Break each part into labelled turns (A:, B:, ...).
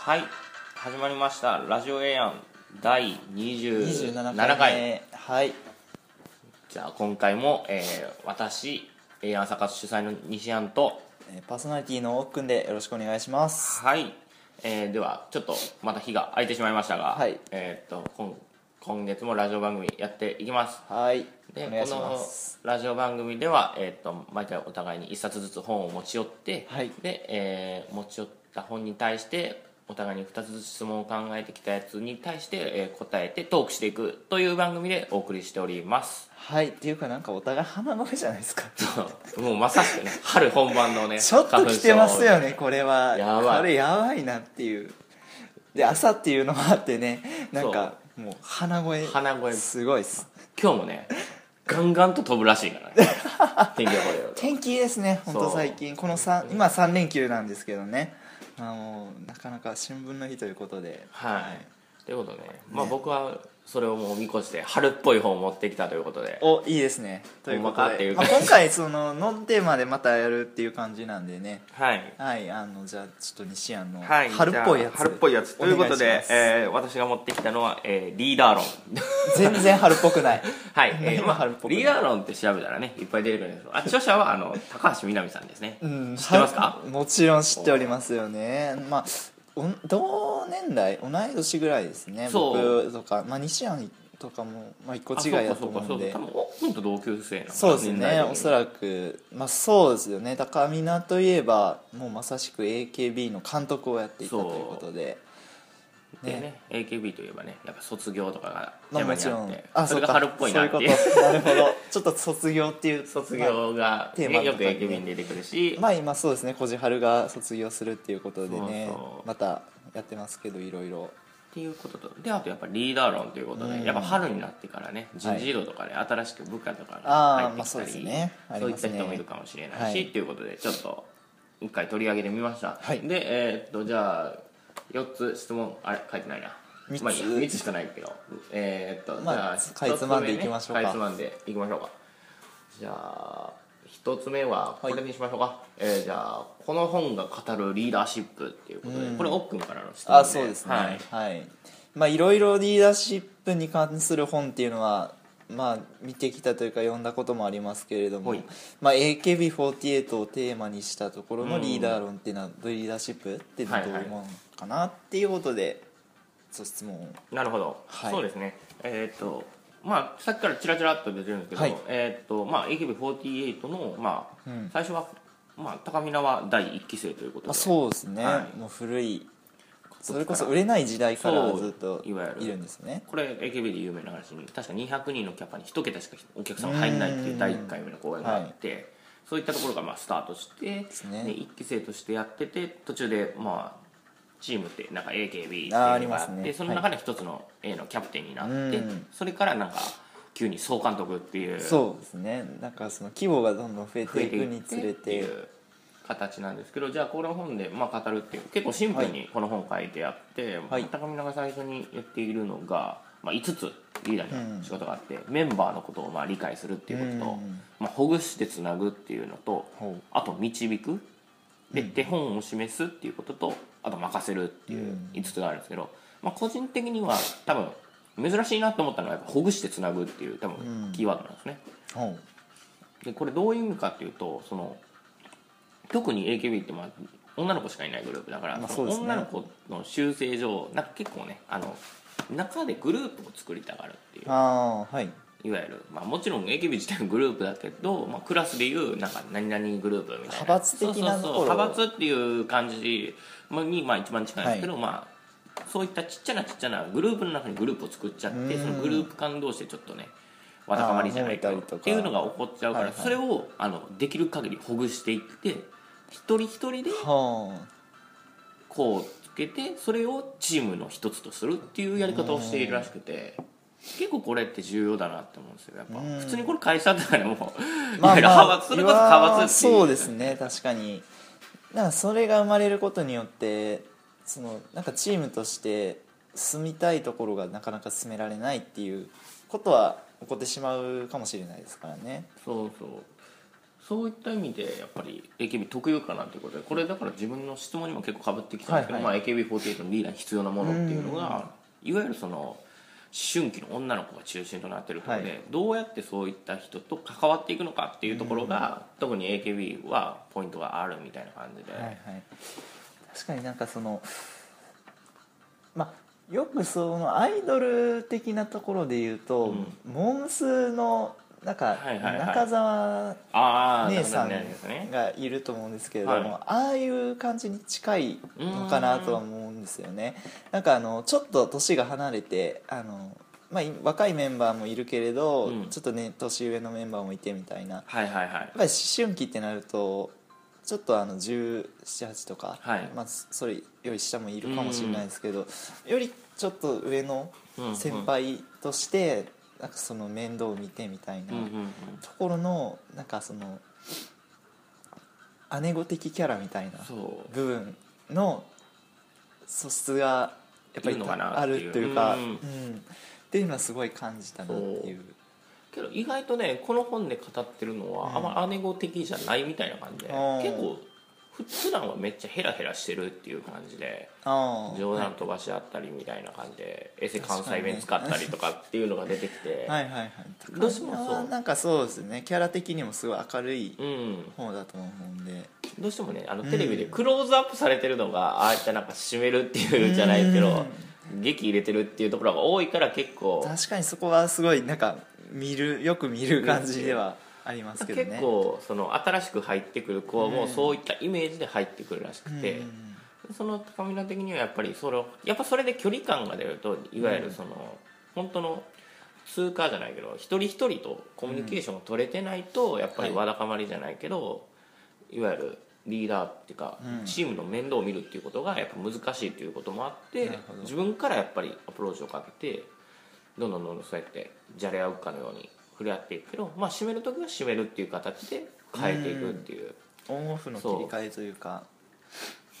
A: はい始まりましたラジオエアン第27
B: 27
A: 回
B: 回目はい
A: じゃあ今回も、えー私エアンサカス主催の西安と
B: えーパーソナリティの奥くんでよろしくお願いします
A: はい、えーではちょっとまた日が空いてしまいましたが、
B: はい
A: えーっと今今月もラジオ番組やっていきます
B: はい
A: で
B: お願い
A: こ
B: し
A: の
B: ます
A: ラジオ番組では、えー、と毎回お互いに1冊ずつ本を持ち寄って、
B: はい
A: でえー持ち寄った本に対してお互いに2つずつ質問を考えてきたやつに対して、えー答えてトークしていくという番組でお送りしております
B: はいっていうかなんかお互い鼻声じゃないですか
A: そうもうまさしくね春本番のね
B: ちょっと来てますよねこれは
A: やばい
B: これやばいなっていうで朝っていうのもあってねなんかもう鼻声
A: 花声
B: すごいっす
A: 今日もねガンガンと飛ぶらしい からね天気予報で
B: 天気いいですね本
A: そ
B: 当
A: う
B: 最近この三今3連休なんですけどねまあもうなかなか春分の日ということで
A: はいということで、ねまあ、僕はそれをもう見越して春っぽい本を持ってきたということで
B: おいいですねという
A: ほ
B: こ
A: んま
B: と
A: かってい
B: で、
A: う
B: まあ、今回そのノンテーマでまたやるっていう感じなんでね
A: はい
B: はいあのじゃあちょっと西庵の
A: はい、
B: 春っぽいや
A: じゃ
B: つ、
A: あ春っぽいやつということ
B: お願
A: で
B: し、ます
A: えー私が持ってきたのは、えーリーダー論
B: 全然春っぽ くない
A: はい、えー
B: 今
A: まあ
B: 春っぽくない
A: リーダー論って調べたらねいっぱい出てくるんですけどあ著者はあの高橋みなみさんです ね、
B: うん
A: 知ってますか
B: 春もちろん知っておりますよねまあおん同年代同い年ぐらいですね
A: そう
B: 僕とか、まあ、西庵とかも、まあ、一個
A: あ
B: 違いだと思うんで
A: そうかそうかそうか多分オックンと同級生なのかな
B: そうです
A: 年代
B: ね
A: 的に
B: おそらくまあそうですよね高見菜といえばもうまさしく AKB の監督をやっていたということで
A: でね AKB といえばねやっぱ卒業とかが
B: まあ
A: 邪魔
B: も
A: に
B: ちろ
A: あって、
B: ん
A: それが
B: っか
A: 春っぽいなっていう
B: そういうことなるほどちょっと卒業っていう
A: 卒業が、ね
B: テーマの
A: よく
B: 中にね
A: AKB に出てくるし、
B: まあ今そうですねこじはるが卒業するっていうことでね
A: そうそう
B: またやってますけどいろいろ
A: っていうこととであとやっぱリーダー論ということで、
B: うん
A: やっぱ春になってからね人事異動とかね、新しく部下とかが
B: あー
A: 入って
B: まあ
A: き
B: そ
A: た
B: うです
A: り、
B: ねあ
A: そう
B: り
A: い
B: ま
A: っ
B: す
A: た
B: ね
A: 人もいるかもしれないし、
B: はい
A: ということでちょっと一回取り上げてみました、
B: はい
A: でえーっとじゃあ4つ質問あれ書いてないな
B: 三つ
A: まあいいや、3つしかないけどえーっと、
B: まあ
A: じゃあ
B: かいつまんでいきましょうか
A: 一つ目ねかいつまんでいきましょうかじゃあ1つ目はこれにしましょうか、えーじゃあこの本が語るリーダーシップっていうことで、これ奥君からの質問で
B: あそうですね
A: はい
B: はい、まあいろいろリーダーシップに関する本っていうのはまあ見てきたというか読んだこともありますけれども、
A: はい
B: まあ、AKB48 をテーマにしたところのリーダー論っていうのは、リーダーシップってどういうものかなっていうことで、そう質問を
A: なるほど、
B: はい
A: そうですねえーっとまあさっきからちらちらっと出てるんですけど、
B: はい
A: えーっとまあ AKB48 のまあ、
B: うん
A: 最初はまあ高見菜は第一期生ということで、
B: まあ、そうですね、
A: はい
B: もう古いそれこそ売れない時代からずっと
A: そう
B: い
A: いわゆる
B: るんですね
A: これ AKB で有名な話に確か200人のキャパに1桁しかお客さんが入んないっていう第1回目の公演があって、そういったところがまあスタートして
B: すね
A: で1期生としてやってて途中でまあチームってなんか AKB っていうの
B: あー
A: があっ
B: あ
A: て
B: りますね
A: その中で一つの A のキャプテンになって、
B: うん
A: それからなんか急に総監督っていう
B: そうですねなんかその規模がどんどん増え
A: 増
B: て
A: え
B: いく
A: てい
B: に
A: って
B: つれ
A: ってい
B: て
A: う形なんですけどじゃあこの本でまあ語るっていう結構シンプルにこの本書いてあって、
B: はい
A: 高見菜が最初に言っているのが、まあ、5つリーダーの仕事があって、メンバーのことをまあ理解するっていうことと、
B: うん
A: まあ、ほぐしてつなぐっていうのと
B: ほう
A: あと導くで手本を示すっていうこととあと任せるっていう5つがあるんですけど、まあ、個人的には多分珍しいなと思ったのはやっぱほぐしてつなぐっていう多
B: う
A: 分
B: ん
A: キーワードなんですね。
B: ほう
A: でこれどういう意味かっていうとその特に AKB って、まあ、女の子しかいないグループだから、
B: まあ
A: その
B: そうですね
A: 女の子の修正上なんか結構ねあの中でグループを作りたがるっていう
B: ああはい
A: いわゆる、まあ、もちろん AKB 自体のグループだけど、まあ、クラスでいうなんか何々グループみたいな
B: 派閥的なところ
A: そうそうそう派閥っていう感じに、まあ、一番近いんですけど、まあ、そういったちっちゃなちっちゃなグループの中にグループを作っちゃって
B: うん
A: そのグループ間同士でちょっとねわだかまりじゃないけ
B: あー
A: ど
B: 揉めたりと
A: っ
B: か
A: ていうのが起こっちゃうから、
B: はいはい
A: それをあのできる限りほぐしていって一人一人で
B: はあ
A: こうつけてそれをチームの一つとするっていうやり方をしているらしくて結構これって重要だなって思うんですよやっぱ
B: うん
A: 普通にこれ会社とかでもい
B: ま
A: わ
B: あ
A: ゆる
B: まあ
A: 派閥それこそ派閥っていう
B: そうですね確かになんかそれが生まれることによってそのなんかチームとして住みたいところがなかなか進められないっていうことは起こってしまうかもしれないですからね
A: そうそうそういった意味でやっぱり AKB 特有かなということでこれだから自分の質問にも結構かぶってきたんですけど、
B: はいは
A: まあ、AKB48 のリーダーに必要なものっていうのがいわゆるその思春期の女の子が中心となってるところで、
B: はい
A: どうやってそういった人と関わっていくのかっていうところが、特に AKB はポイントがあるみたいな感じで、
B: はいはい、確かになんかそのまあよくそのアイドル的なところで言うと、モームスのなん
A: は
B: か
A: いはいはい
B: 中澤
A: ああ
B: 姉さ
A: なんですね
B: んがいると思うんですけれども、
A: はい
B: ああいう感じに近いのかなとは思うんですよねなんかあのちょっと年が離れてあの、まあ、い若いメンバーもいるけれど、
A: うん
B: ちょっとね年上のメンバーもいてみたいな
A: はいはいはい
B: やっぱり思春期ってなるとちょっとあの1718とか、
A: はい
B: まあ、それより下もいるかもしれないですけど、よりちょっと上の先輩としてなんかその面倒を見てみたいな
A: うんうんうん
B: ところのなんかその姉御的キャラみたいな
A: そう
B: 部分の素質がやっぱ
A: いる
B: り
A: のかな
B: あるというか
A: っ
B: う
A: ていうん
B: っていうのはすごい感じたなっていう
A: けど意外とねこの本で語ってるのはあまり姉御的じゃないみたいな感じで、
B: うん
A: 結構ふ普段はめっちゃヘラヘラしてるっていう感じで
B: ああ
A: 冗談飛ばし合ったりみたいな感じでエセ関西弁使ったりとかっていうのが出てきて、
B: はいはいはい
A: どうしてもそう
B: 高輪はなんかそうですねキャラ的にもすごい明るい
A: うん、
B: 方だと思うんで
A: どうしてもねあのテレビでクローズアップされてるのがああいったなんか締めるっていうじゃないけど劇入れてるっていうところが多いから結構
B: 確かにそこはすごいなんか見るよく見る感じではありますけどね
A: 結構その新しく入ってくる子も
B: うん
A: そういったイメージで入ってくるらしくて、
B: うん
A: その高見菜的にはやっぱりそれをやっぱそれで距離感が出るといわゆるその、本当の通貨じゃないけど一人一人とコミュニケーションを取れてないと、やっぱり
B: はい
A: わだかまりじゃないけど、い、わゆるリーダーっていうか、
B: うん
A: チームの面倒を見るっていうことがやっぱ難しいということもあって
B: なるほど
A: 自分からやっぱりアプローチをかけてどんどんどんどんそうやってじゃれ合うかのように触れ合っていくけど、まあ、締める時は締めるっていう形で変えていくっていう。
B: オンオフの切り替えというか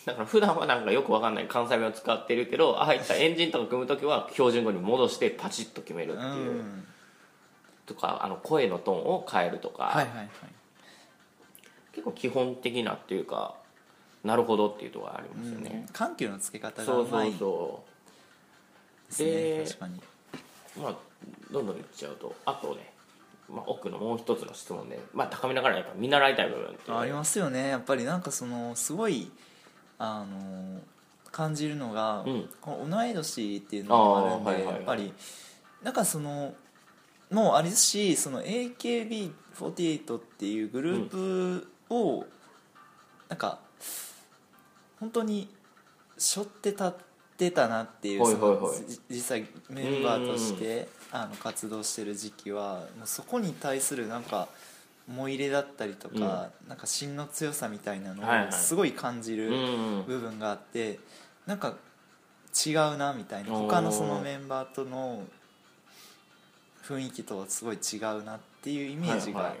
A: だから普段はなんかよくわかんない関西弁を使ってるけどああいったエンジンとか組む時は標準語に戻してパチッと決めるっ
B: う
A: ていう、
B: ん
A: とかあの声のトーンを変えるとか、
B: はいはいはい
A: 結構基本的なっていうかなるほどっていうところがありますよ
B: うん
A: ね、
B: 緩急のつけ方が
A: そううそ
B: ま
A: う
B: いで
A: そ
B: すね
A: で
B: 確かに
A: うまあどんどんいっちゃうとあとね、まあ、奥のもう一つの質問で、まあ、高めながらやっぱ見習いたい部分っていうのが
B: ありますよねやっぱりなんかそのすごいあの感じるのが、
A: うん
B: この同い年っていうのがある
A: あーはいは
B: んで、
A: いはい
B: やっぱりなんかそのもうあれですしその AKB48 っていうグループを、なんか本当に背負って立ってたなっていう、
A: はいはいはい
B: そのじ実際メンバーとしてあの活動してる時期はもうそこに対するなんか思い入れだったりとか、なんか芯の強さみたいな
A: はいは
B: の
A: い
B: をすごい感じ
A: うん
B: る
A: うん
B: 部分があって、なんか違うなみたいな
A: おー
B: 他のそのメンバーとの雰囲気とはすごい違うなっていうイメージ
A: はい
B: が
A: は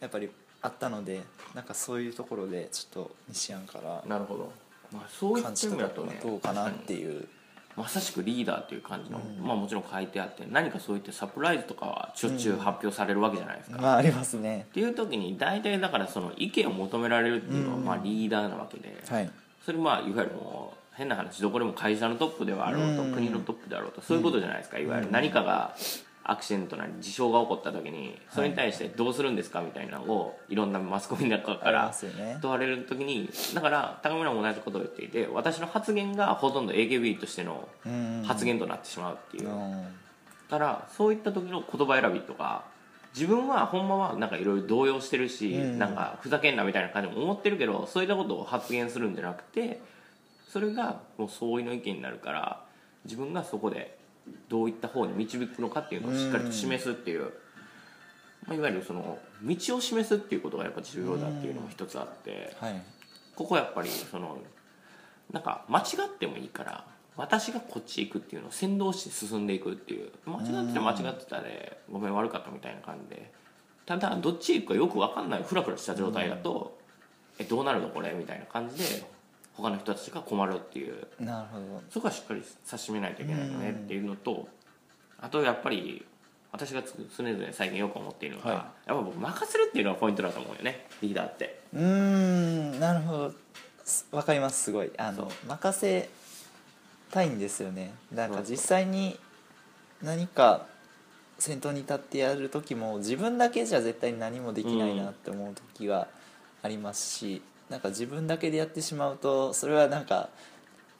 B: やっぱりあったので、なんかそういうところでちょっと西庵から
A: いなるほど、まあ、そういった
B: 感
A: 意
B: じた
A: 味
B: と
A: だ
B: ことろ
A: ね
B: がどうかなっていう、
A: まさしくリーダーという感じの、まあ、もちろん書いてあって何かそういったサプライズとかはしょっちゅう発表されるわけじゃないですか、っ
B: まあありますね
A: ていう時に大体だからその意見を求められるっていうのはまあリーダーなわけで、
B: はい
A: それまあいわゆるもう変な話どこでも会社のトップではあろうと、
B: うん
A: 国のトップであろうとそういうことじゃないですか、いわゆる何かがアクシデントなり事象が起こった時にそれに対してどうするんですかみたいなのをいろんなマスコミの中か
B: あり
A: ら
B: ますよね
A: 問われる時にだから高村も同じことを言っていて私の発言がほとんど AKB としての
B: うん
A: 発言となってしまうっていうう、
B: ん
A: だからそういった時の言葉選びとか自分はほんまはなんかいろいろ動揺してるし、
B: うん
A: なんかふざけんなみたいな感じも思ってるけどそういったことを発言するんじゃなくてそれがもう相違の意見になるから自分がそこでどういった方に導くのかっていうのをしっかりと示すっていう、まあ、いわゆるその道を示すっていうことがやっぱ重要だっていうのも一つあって。
B: はい
A: ここやっぱりそのなんか間違ってもいいから私がこっち行くっていうのを先導して進んでいくっていう間違ってたら間違ってたでごめん悪かったみたいな感じでただどっち行くかよく分かんないフラフラした状態だと、えどうなるのこれみたいな感じで他の人たちが困るっていう
B: なるほど
A: そこはしっかり差しめないといけないよねっていうのとあとやっぱり私がつ常々最近よく思っているのが、
B: はい
A: やっぱ僕任せるっていうのがポイントだと思うよねリーダーって
B: うーんなるほどすわかりますすごいあの
A: そ
B: 任せたいんですよねなんか
A: そう
B: 実際に何か先頭に立ってやる時も自分だけじゃ絶対に何もできないなって思う時がありますし、なんか自分だけでやってしまうとそれはなんか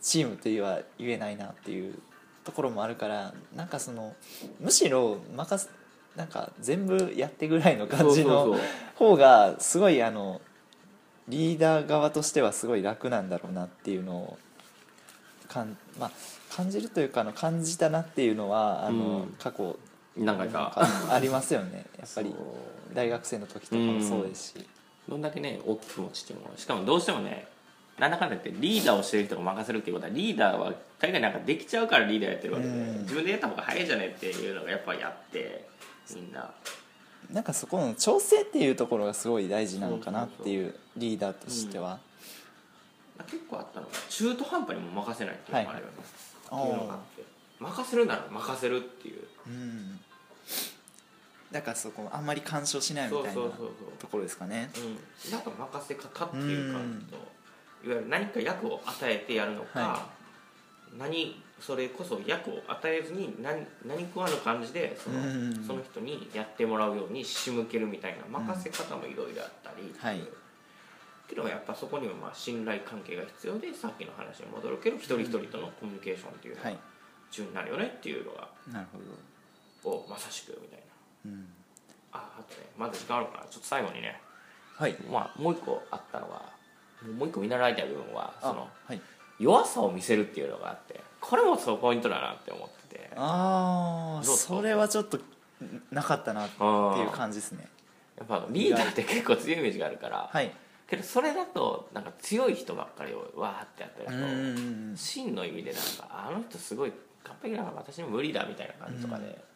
B: チームとは言えないなっていうところもあるからなんかそのむしろ任せなんか全部やってぐらいの感じの
A: そうそう
B: 方がすごいあのリーダー側としてはすごい楽なんだろうなっていうのをかん、まあ、感じるというかあの感じたなっていうのはあの、
A: うん
B: 過去
A: そう何回
B: な
A: か
B: んかありますよ ねやっぱり
A: そう
B: 大学生の時とかもそうですし、
A: どんだけね大きく持ちてもしかもどうしてもねなんだかんだ言ってリーダーをしてる人が任せるっていうことはリーダーは大概なんかできちゃうからリーダーやってるわけで、
B: うん
A: 自分でやった方が早いじゃねっていうのがやっぱやってみんな
B: なんかそこの調整っていうところがすごい大事なのかなっていうリーダーとしては、
A: 結構あったのが中途半端にも任せないっていうのがあるよね、
B: はい
A: っていうのがあって任せるなら任せるっていう
B: うん、だからそこあんまり干渉しないみ
A: そ
B: た
A: う
B: い
A: そ
B: な
A: うそうそう
B: ところですかね
A: うん、なんか任せ方っていう感じと、いわゆる何か役を与えてやるのか、
B: は
A: 何それこそ役を与えずに何何食わぬ感じでその,、
B: うん
A: その人にやってもらうように仕向けるみたいな任せ方もいろいろあったりっていう、
B: はい
A: っていうのはやっぱそこにもまあ信頼関係が必要でさっきの話に戻るけど一人一人とのコミュニケーションっていうの
B: は
A: が
B: い
A: 重要になるよねっていうのが
B: なるほど、
A: をまさしくみたいな
B: うん、
A: ああとねまだ時間あるからちょっと最後にね
B: はい
A: まあ、もう一個あったのはもう一個見習いたい部分はその
B: あはい
A: 弱さを見せるっていうのがあってこれもそうポイントだなって思ってて
B: ああ
A: どうぞ
B: それはちょっとなかったなって
A: あ
B: いう
A: ー
B: 感じですね
A: やっぱリーダーって結構強いイメージがあるから、
B: はい
A: けどそれだとなんか強い人ばっかりをわーってやって
B: う
A: る
B: ん
A: と真の意味でなんかあの人すごい完璧だから私に無理だみたいな感じとかで。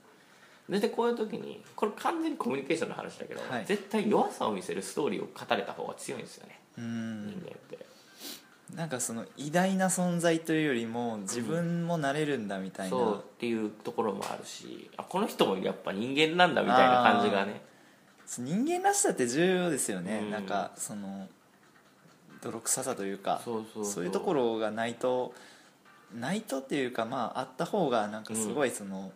A: 大体こういう時にこれ完全にコミュニケーションの話だけど、
B: はい
A: 絶対弱さを見せるストーリーを語れた方が強いんですよね、
B: うん
A: 人間って
B: なんかその偉大な存在というよりも自分もなれるんだみたいな、
A: そうっていうところもあるしあこの人もやっぱ人間なんだみたいな感じがね
B: 人間らしさって重要ですよね、
A: うん
B: なんかその泥臭さというか
A: そうそうそう
B: いうところがないとないとっていうかまああった方がなんかすごいその、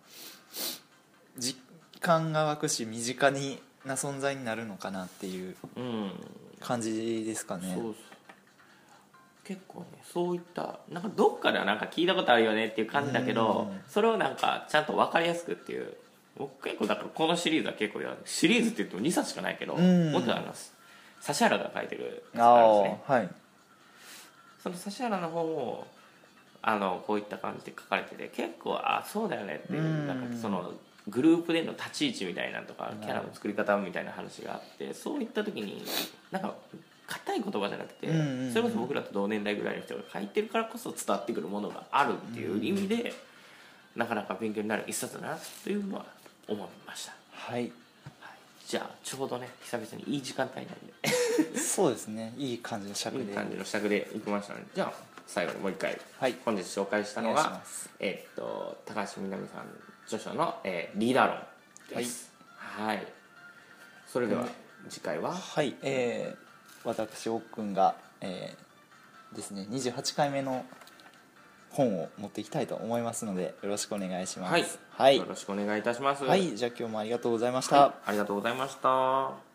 B: 実感が湧くし身近にな存在になるのかなっていう
A: うん
B: 感じですかね
A: そうそう結構ねそういったなんかどっかではなんか聞いたことあるよねっていう感じだけど
B: うん
A: それをなんかちゃんと分かりやすくっていう僕結構だからこのシリーズは結構やるシリーズって言っても2冊しかないけど
B: うん
A: 僕はあの指原が書いてるやつがあるんです
B: あ
A: ね
B: あはい
A: その指原の方もあのこういった感じで書かれてて結構あそうだよねっていう
B: うん
A: なんかそのグループでの立ち位置みたいなのとか
B: るほど
A: キャラの作り方みたいな話があってそういった時になんか硬い言葉じゃなくて
B: うんうんうん
A: それこそ僕らと同年代ぐらいの人が書いてるからこそ伝わってくるものがあるっていう意味でなかなか勉強になる一冊だなというのは思いました、
B: はい
A: はい、じゃあちょうどね久々にいい時間帯なんで
B: そうですねいい感じの尺
A: い
B: で
A: い感じの尺でいきましたねじゃあ最後にもう一回、
B: はい
A: 本日紹介したの
B: お願いし
A: が
B: ます
A: えっと高橋みなみさん著書の、えーリーダー論」ですはい、それでは次回は
B: はい、えー、私おっくんが、えーですね28回目の本を持っていきたいと思いますのでよろしくお願いします
A: はい、
B: はい
A: よ、ろしくお願いいたします、
B: はいじゃあ今日もありがとうございました、
A: ありがとうございました